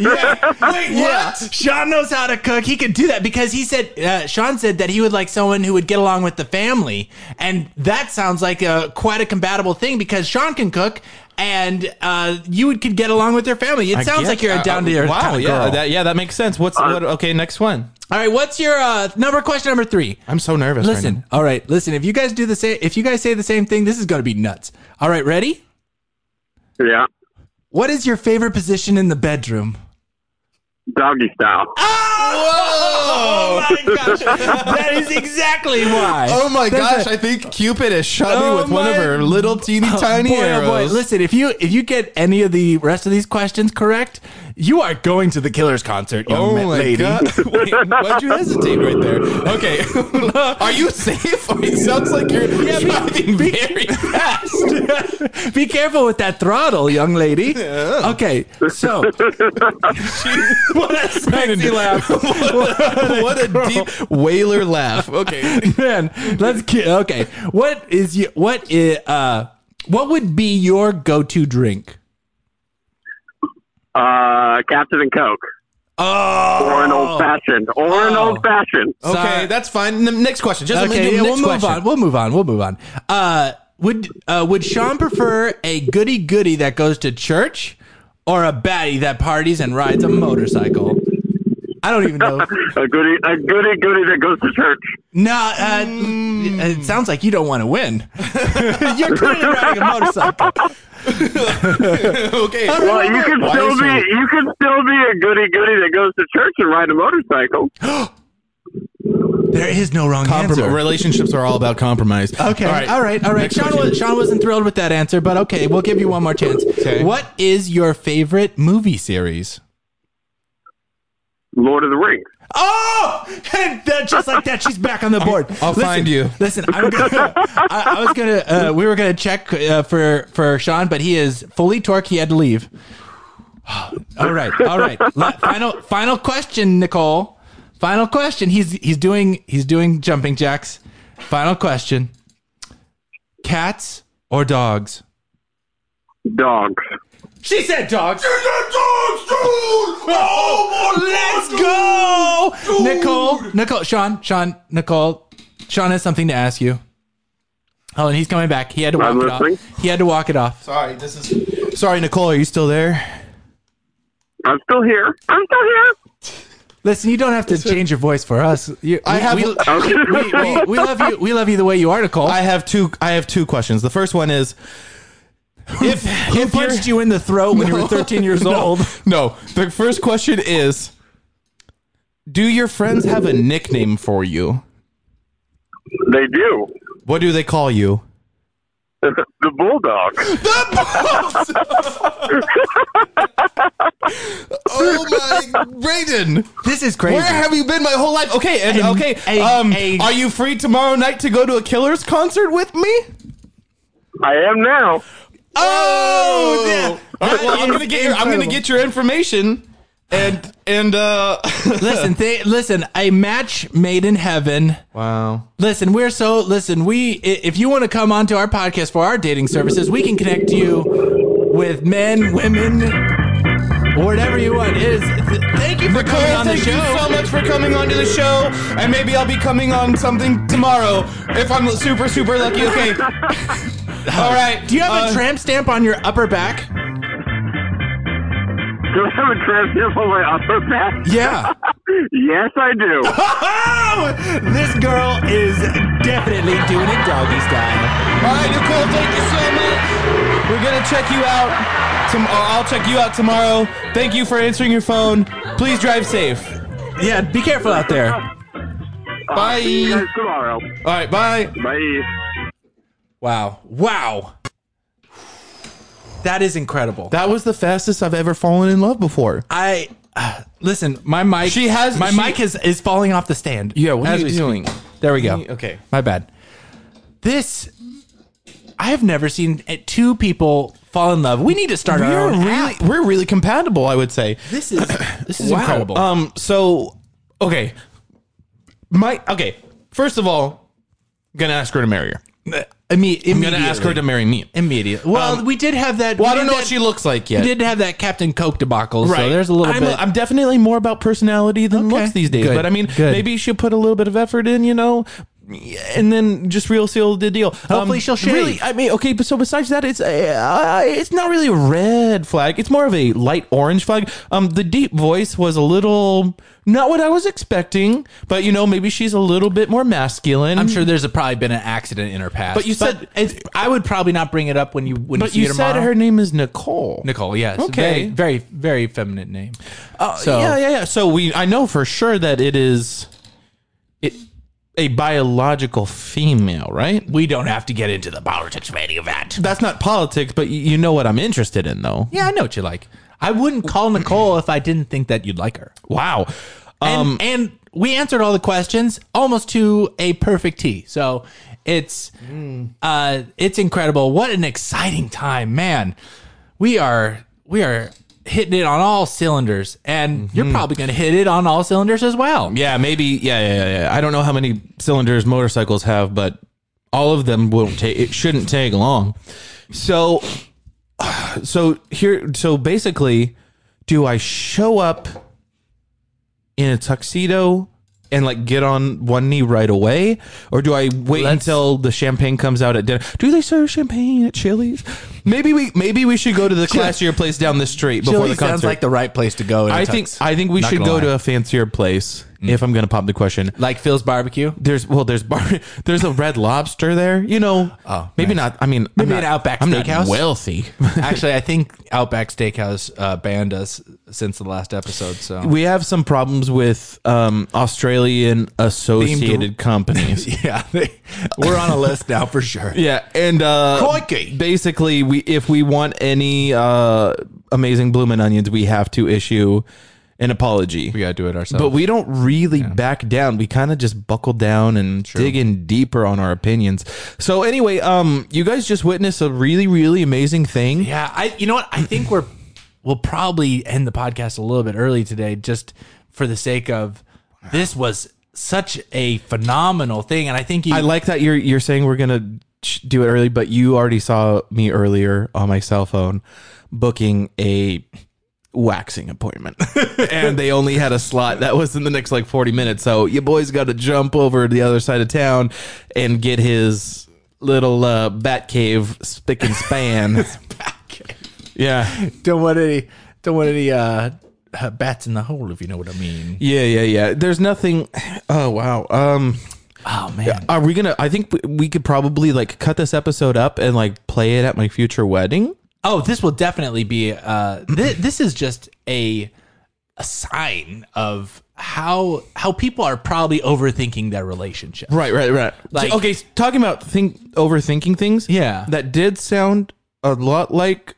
S2: Yeah. Wait, what? Sean knows how to cook. He could do that because he said uh, Sean said that he would like someone who would get along with the family, and that sounds like a quite a compatible thing because Sean can cook, and uh, you would could get along with your family. It
S1: I
S2: sounds
S1: guess-
S2: like you're
S1: uh,
S2: a down to earth
S1: Wow,
S2: kind of
S1: yeah,
S2: girl.
S1: that yeah, that makes sense. What's what? Okay, next one.
S2: All right, what's your uh, number question number three?
S1: I'm so nervous. right
S2: Listen, all right, listen. If you guys do the same, if you guys say the same thing, this is going to be nuts. All right, ready?
S3: Yeah.
S2: What is your favorite position in the bedroom?
S3: Doggy style.
S2: Oh, my gosh. That is exactly why.
S1: now. Oh my
S2: That's
S1: gosh! I think Cupid has shot
S2: Oh
S1: me with one of
S2: my-
S1: her little teeny tiny
S2: boy, oh,
S1: arrows.
S2: boy. Listen, if you if you get any of the rest of these questions correct, you are going to the Killers concert, young
S1: Oh
S2: ma-
S1: my
S2: lady.
S1: god! Wait, why'd you hesitate right there? Okay, are you safe? It sounds like you're driving very fast.
S2: Be careful with that throttle, young lady. Okay, so what a sexy laugh.
S1: what a deep whaler laugh. Okay,
S2: Man, let's ki- okay. What is your what is uh what would be your go-to drink?
S3: Uh, Captain and Coke.
S2: Oh,
S3: Or an old fashioned. Or an
S2: Oh.
S3: old fashioned.
S1: okay, that's fine. N- Next question. Just let me
S2: okay,
S1: do
S2: yeah,
S1: next
S2: we'll move
S1: question.
S2: on. We'll move on. We'll move on. Uh, would uh, would Sean prefer a goody goody that goes to church or a baddie that parties and rides a motorcycle? I don't even know.
S3: A goody, a goody, goody that goes to church.
S2: No, uh,
S1: Hmm.
S2: it sounds like you don't want to win. You're clearly riding a motorcycle.
S1: okay,
S3: Well, you can
S1: Why
S3: still
S1: is
S3: be,
S1: it-
S3: you can still be a goody, goody that goes to church and ride a motorcycle.
S2: There is no wrong
S1: Comprom-
S2: answer.
S1: relationships are all about compromise.
S2: Okay. All right. All right.
S1: Next
S2: Sean,
S1: question.
S2: was, Sean wasn't thrilled with that answer, but okay, we'll give you one more chance.
S1: Okay.
S2: What is your favorite movie series?
S3: Lord of the Rings.
S2: Oh, and that, just like that, she's back on the board.
S1: I'll find you.
S2: Listen, I'm gonna, I, I was gonna. Uh, we were gonna check uh, for for Sean, but he is fully torque. He had to leave. All right, all right. La- Final final question, Nicole. Final question. He's he's doing he's doing jumping jacks. Final question. Cats or dogs?
S3: Dogs.
S2: She said dogs. She said dogs, dude. Oh, let's go, Nicole. Nicole, Sean, Sean, Nicole. Sean has something to ask you. Oh, and he's coming back. He had to walk
S3: I'm
S2: it
S3: listening.
S2: off. He had to walk it off.
S1: Sorry, this is. Sorry, Nicole, are you still there?
S3: I'm still here. I'm still here.
S2: Listen, you don't have to change your voice for us. You,
S1: I
S2: we-
S1: have-
S2: We, we, we, we love you. We love you the way you are, Nicole.
S1: I have two. I have two questions. The first one is, if
S2: Who
S1: if you're-
S2: punched you in the throat when you were 13 years
S1: No,
S2: old?
S1: No, the first question is, do your friends have a nickname for you?
S3: They do.
S1: What do they call you?
S3: the bulldog.
S1: Oh my, Brayden,
S2: This is crazy.
S1: where have you been my whole life? Okay, and,
S2: And-
S1: okay,
S2: and-
S1: um,
S2: and-
S1: are you free tomorrow night to go to a Killers concert with me?
S3: I am now.
S1: Oh,
S2: yeah.
S1: All right, well, I'm gonna get your, I'm gonna
S2: Incredible.
S1: get your information, and and uh,
S2: listen, they, listen, a match made in heaven.
S1: wow.
S2: Listen, we're so listen. We i- if you want to come onto our podcast for our dating services, we can connect you with men, women, whatever you want. It is th- thank you for
S1: Nicole,
S2: coming on the
S1: thank you so
S2: show.
S1: much for coming onto the show, and maybe I'll be coming on something tomorrow if I'm super super lucky. Okay. All right.
S2: Do you have
S1: Uh,
S2: a tramp stamp on your upper back?
S3: Do I have a transcript on my upper back?
S2: Yeah.
S3: Yes, I do.
S2: Oh, this girl is definitely doing it doggy style.
S1: All right, Nicole. Thank you so much. We're gonna check you out. Tom- or I'll check you out tomorrow. Thank you for answering your phone. Please drive safe.
S2: Yeah, be careful out there.
S3: I'll see you
S1: Bye.
S3: guys tomorrow.
S1: All right. Bye.
S3: Bye.
S2: Wow. Wow. That is incredible.
S1: That was the fastest I've ever fallen in love before.
S2: I uh, listen, my mic
S1: She has-
S2: my
S1: she-
S2: mic is is falling off the stand. As we speak. There we go.
S1: Okay.
S2: My bad. This I have never seen uh, two people fall in love. We need to start our
S1: We're
S2: own
S1: really,
S2: app.
S1: we're really compatible, I would say.
S2: This is this is incredible.
S1: Um. So, okay, my okay. First of all, gonna ask her to marry her.
S2: I mean,
S1: I'm gonna ask her to marry me.
S2: immediately. Uh, Well,
S1: Um,
S2: we did have that.
S1: Well, I
S2: we
S1: don't
S2: did
S1: know what
S2: that-
S1: she looks like
S2: We
S1: yet.
S2: did have that Captain Coke debacle. So there's a little
S1: I'm,
S2: bit.
S1: I'm definitely more about personality than
S2: Okay.
S1: looks these days.
S2: Good.
S1: But I mean,
S2: Good.
S1: maybe she'll put a little bit of effort in, you know, and then just real seal the deal. Um,
S2: Hopefully she'll shave.
S1: Really, I mean, okay. But so besides that, it's uh, it's not really a red flag. It's more of a light orange flag. Um, the deep voice was a little not what I was expecting, but you know, maybe she's a little bit more masculine.
S2: I'm sure there's a, probably been an accident in her past.
S1: But you said-
S2: it's, I would probably not bring it up when you when
S1: But
S2: you see
S1: you
S2: her
S1: said
S2: tomorrow.
S1: her name is Nicole.
S2: Nicole. Yes.
S1: Okay.
S2: Very very, very feminine name.
S1: Uh,
S2: So-
S1: yeah, yeah, yeah. So we, I know for sure that it is, it a biological female, right?
S2: We don't have to get into the politics of any of that.
S1: That's not politics, but y- you know what I'm interested in, though.
S2: Yeah, I know what you like. I wouldn't call Nicole if I didn't think that you'd like her.
S1: Wow.
S2: And,
S1: Um,
S2: and we answered all the questions almost to a perfect T. So it's uh, it's incredible. What an exciting time, man. We are we are hitting it on all cylinders, and you're probably going to hit it on all cylinders as well.
S1: yeah, maybe. Yeah, yeah, yeah, yeah. I don't know how many cylinders motorcycles have, but all of them won't take. It shouldn't take long. So, so here, so basically, do I show up in a tuxedo and like get on one knee right away, or do I wait
S2: Let's-
S1: until the champagne comes out at dinner? Do they serve champagne at Chili's? Maybe we maybe we should go to the classier place down the street before
S2: Chili
S1: the concert.
S2: sounds like the right place to go. in a
S1: I think
S2: tux.
S1: I think we
S2: Not
S1: should
S2: gonna
S1: go
S2: lie. Mm.
S1: to a fancier place if I'm gonna pop the question.
S2: like Phil's barbecue.
S1: There's well, there's bar, there's a Red Lobster there. You know,
S2: Oh,
S1: maybe not. I mean,
S2: Maybe
S1: I'm
S2: an
S1: not-
S2: Outback
S1: I'm not
S2: Steakhouse?
S1: wealthy.
S2: Actually, I think Outback Steakhouse uh, banned us since the last episode. So
S1: we have some problems with um, Australian associated companies.
S2: yeah, they, we're on a list now for sure.
S1: Yeah, and uh,
S2: Crikey.
S1: basically, we if we want any uh, amazing bloomin' onions, we have to issue an apology.
S2: We gotta do it ourselves.
S1: But we don't really back down. We kind of just buckle down and dig in deeper on our opinions. So anyway, um, you guys just witnessed a really, really amazing thing.
S2: yeah, I you know what? I think we're we'll probably end the podcast a little bit early today just for the sake of this was such a phenomenal thing. And I think you,
S1: I like that you're you're saying we're gonna ch- do it early, but you already saw me earlier on my cell phone booking a waxing appointment, and they only had a slot that was in the next like forty minutes. So your boy's got to jump over to the other side of town and get his little uh, bat cave spick and span. yeah,
S2: don't want any, don't want any uh, bats in the hole, if you know what I mean.
S1: yeah, yeah, yeah. There's nothing. Oh wow. Um.
S2: Oh man,
S1: Are we gonna? I think we- we could probably like cut this episode up and like play it at my future wedding.
S2: Oh, this will definitely be. Uh, th- this is just a a sign of how how people are probably overthinking their relationship.
S1: Right, right, right.
S2: Like-
S1: okay, s- talking about think overthinking things.
S2: Yeah.
S1: that did sound a lot like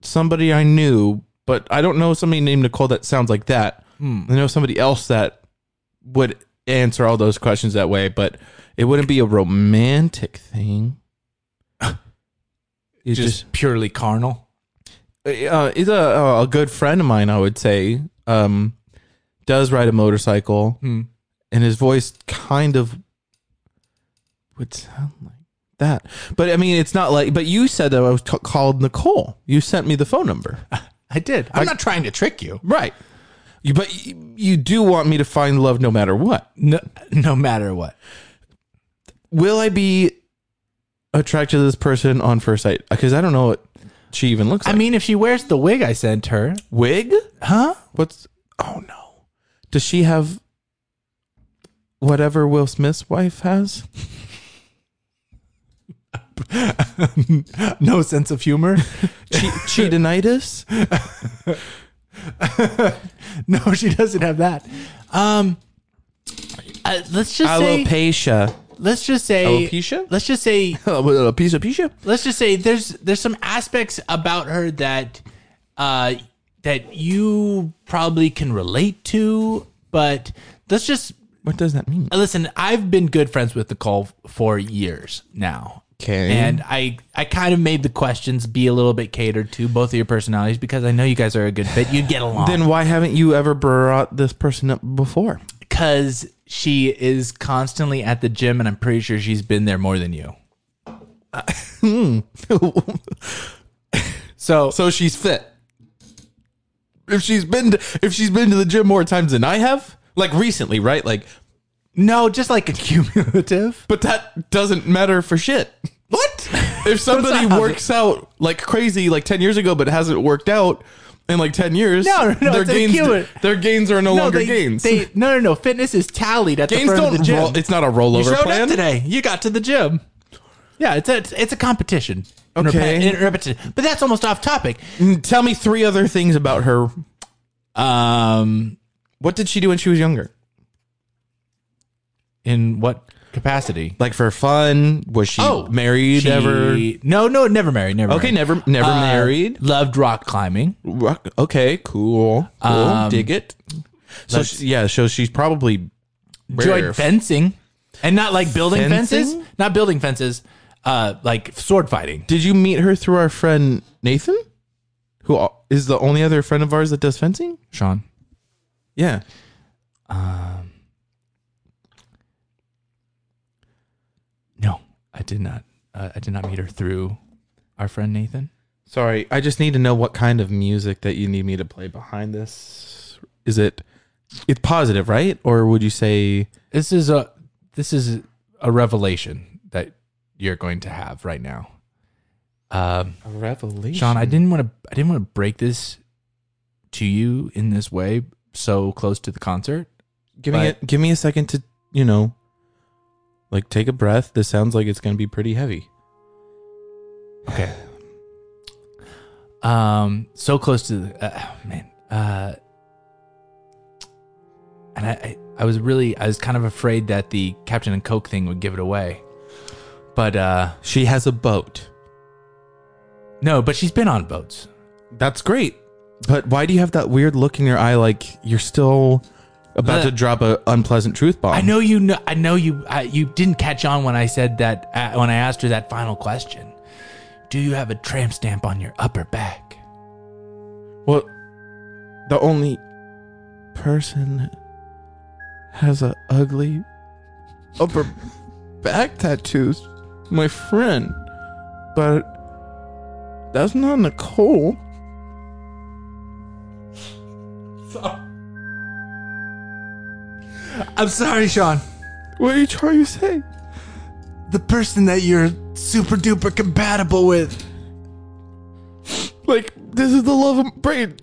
S1: somebody I knew, but I don't know somebody named Nicole that sounds like that.
S2: Hmm.
S1: I know somebody else that would answer all those questions that way, but it wouldn't be a romantic thing. It's
S2: just,
S1: just,
S2: purely carnal.
S1: uh, it's a a good friend of mine. I would say um, does ride a motorcycle
S2: Hmm.
S1: and his voice kind of would sound like that. But I mean, it's not like. But you said that I was ca- called Nicole. You sent me the phone number,
S2: I did. I'm not trying to trick you.
S1: right? You, but y- you do want me to find love no matter what.
S2: No, no matter what.
S1: Will I be attracted to this person on first sight? Because I don't know what she even looks
S2: I
S1: like.
S2: mean, if she wears the wig I sent her,
S1: wig?
S2: huh?
S1: What's? Oh no! Does she have whatever Will Smith's wife has?
S2: No sense of humor.
S1: Che- cheatinitis?
S2: no, she doesn't have that. Um, uh, let's just say.
S1: Alopecia?
S2: let's just say.
S1: Alopecia?
S2: Let's just say
S1: Alopecia? Alopecia?
S2: let's just say there's there's some aspects about her that uh that you probably can relate to but let's just
S1: What does that mean?
S2: listen i've been good friends with nicole for years now
S1: Okay.
S2: and i i kind of made the questions be a little bit catered to both of your personalities because i know you guys are a good fit you get along
S1: Then why haven't you ever brought this person up before?
S2: because she is constantly at the gym and i'm pretty sure she's been there more than you so
S1: so she's fit. If she's been to, if she's been to the gym more times than I have, like recently, right? Like,
S2: no just like a cumulative
S1: but that doesn't matter for shit.
S2: what
S1: If somebody
S2: not-
S1: works out like crazy like 10 years ago but hasn't worked out in like 10 years,
S2: No, no, no,
S1: their
S2: it's a
S1: gains
S2: cumulative.
S1: their gains are no, longer
S2: they,
S1: gains.
S2: They, no, no, no. Fitness is tallied at
S1: gains
S2: the front
S1: don't
S2: of the gym.
S1: roll, it's not a
S2: you
S1: rollover
S2: showed
S1: plan.
S2: up today. You got to the gym. Yeah, it's a it's, it's a competition. In
S1: Okay.
S2: repe- in repetition. but that's almost off topic.
S1: Tell me three other things about her.
S2: Um,
S1: What did she do when she was younger?
S2: in what capacity?
S1: Like for fun? Was she
S2: Oh,
S1: married
S2: She-
S1: ever?
S2: No, no, never married. Never.
S1: Okay,
S2: married.
S1: never never
S2: Uh,
S1: married.
S2: Loved rock climbing.
S1: Rock- Okay, cool. Cool. Dig it. So she, yeah, so she's probably rare.
S2: Enjoyed fencing, and not like building
S1: Fencing?
S2: fences. Not building fences. Uh, like sword fighting.
S1: Did you meet her through our friend Nathan? Who al- is the only other friend of ours that does fencing?
S2: Sean.
S1: Yeah.
S2: Um, No, I did not. Uh, I did not meet her through our friend Nathan.
S1: Sorry, I just need to know what kind of music that you need me to play behind this. Is it it's positive, right? Or would you say
S2: This is a this is a revelation that you're going to have right now. Um,
S1: a revelation?
S2: Sean, I didn't want to I didn't want to break this to you in this way so close to the concert.
S1: give me a, give me a second to you know, like take a breath. This sounds like it's going to be pretty heavy.
S2: Okay. Um, so close to the uh, man. Uh, and I, I, I was really, I was kind of afraid that the Captain and Coke thing would give it away, but uh,
S1: She has a boat.
S2: no. But she's been on boats.
S1: That's great. But why do you have that weird look in your eye like you're still about
S2: The-
S1: to drop a unpleasant truth bomb?
S2: I know you know. I know you. I, you didn't catch on when I said that. Uh, when I asked her that final question, do you have a tramp stamp on your upper back?
S1: Well, the only person that has a ugly upper back tattoos, my friend. But that's not Nicole.
S2: I'm sorry, Sean.
S1: What are you trying to say?
S2: The person that you're super duper compatible with.
S1: Like this is the love of brain.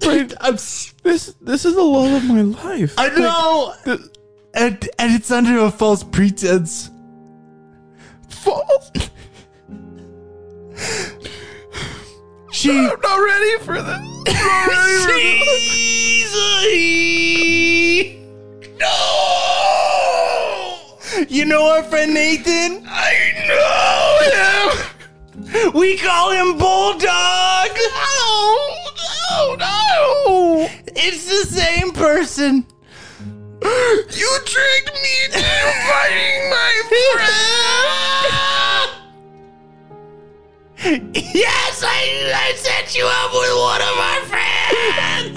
S1: brain.
S2: I'm. s-
S1: This this is the love of my life.
S2: I know.
S1: Like, th-
S2: And and it's under a false pretense.
S1: false.
S2: She.
S1: I'm not ready for this. I'm not ready for this.
S2: Jesus! No! You know our friend Nathan? I know him! We call him Bulldog! No! No! No! It's the same person! You tricked me into fighting my friend! Yes, I, I set you up with one of my friends.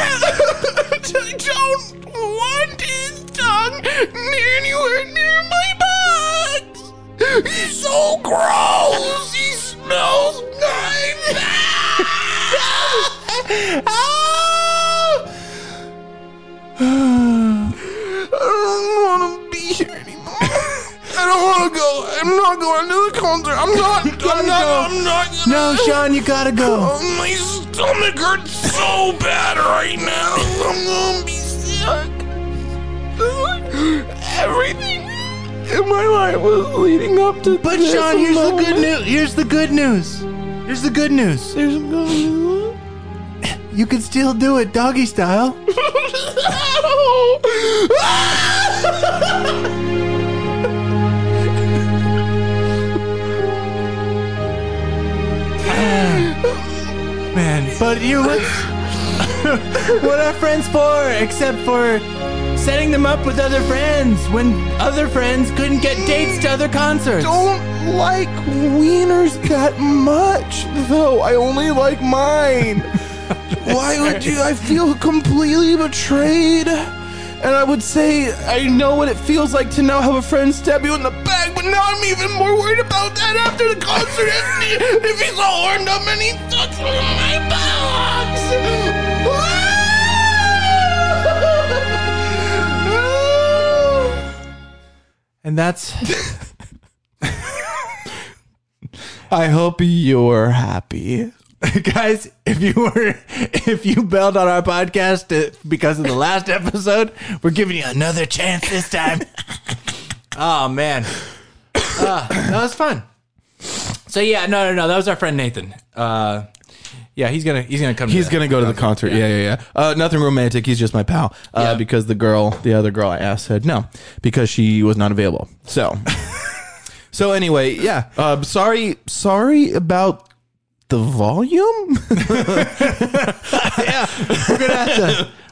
S2: I don't want his tongue anywhere near my box. He's so gross. He smells my back. I don't want to be here anymore.
S1: I don't want to go. I'm not going to the concert. I'm not. I'm not. I'm not. Gonna,
S2: No, Sean, you gotta go.
S1: Oh, my stomach hurts so bad right now. I'm gonna be sick. Everything in my life was leading up to
S2: But
S1: this
S2: Sean, here's the good
S1: moment.
S2: news. Here's the good news. Here's the good news.
S1: There's some good news.
S2: You can still do it doggy style.
S1: Oh.
S2: Man, but you what what are friends for except for setting them up with other friends when other friends couldn't get dates to other concerts.
S1: don't like wieners that much, though. I only like mine. Why would you? I feel completely betrayed. And I would say I know what it feels like to now have a friend stab you in the back, but now I'm even more worried about that after the concert. if, if he's all horned up and he tucks me in my box.
S2: And that's
S1: I hope you're happy.
S2: guys, if you were if you bailed on our podcast uh, because of the last episode, we're giving you another chance this time. oh man. Uh, that was fun. So yeah, no no no, that was our friend Nathan. Uh yeah, he's gonna he's gonna come.
S1: He's
S2: to
S1: gonna go to the concert. Yeah, yeah, yeah. Uh, nothing romantic. He's just my pal. Uh,
S2: Yeah.
S1: Because the girl, the other girl I asked, said no because she was not available. So, so anyway, yeah. Uh, sorry, sorry about the volume.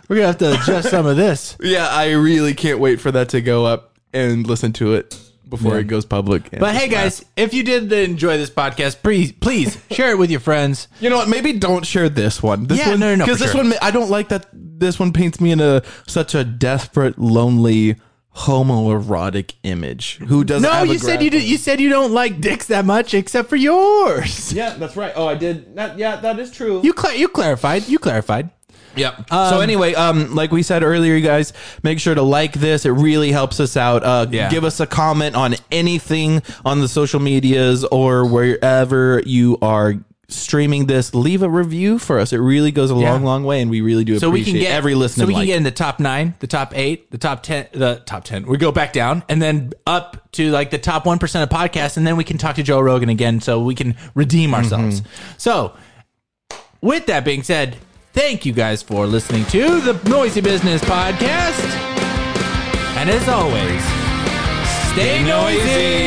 S2: We're gonna have to adjust some of this.
S1: yeah, I really can't wait for that to go up and listen to it before it goes public. And-
S4: But hey, guys, if you did enjoy this podcast, please please share it with your friends.
S1: you know what? Maybe don't share this one. This
S2: Yeah,
S1: one,
S2: no, no, no,
S1: because
S2: for
S1: this
S2: sure.
S1: one, I don't like that. This one paints me in a such a desperate, lonely, homoerotic image. Who doesn't?
S2: No,
S1: have a
S2: you said you
S1: grapple.
S2: did, you said you don't like dicks that much, except for yours.
S1: Yeah, that's right. Oh, I did. That, yeah, that is true.
S2: You cla you clarified. You clarified.
S1: Yep. so anyway, um, like we said earlier, you guys make sure to like this. It really helps us out. Uh,
S4: Yeah.
S1: give us a comment on anything on the social medias or wherever you are streaming this. Leave a review for us. It really goes a long, long way, and we really do
S4: So we
S1: appreciate
S4: can get
S1: every listener.
S4: So we
S1: like.
S4: can get in the top nine, the top eight, the top ten, the top ten. We go back down and then up to like the top one percent of podcasts, and then we can talk to Joe Rogan again, so we can
S1: Mm-hmm.
S4: redeem ourselves. So, with that being said, thank you guys for listening to the Noisy Business Podcast, and as always, stay noisy.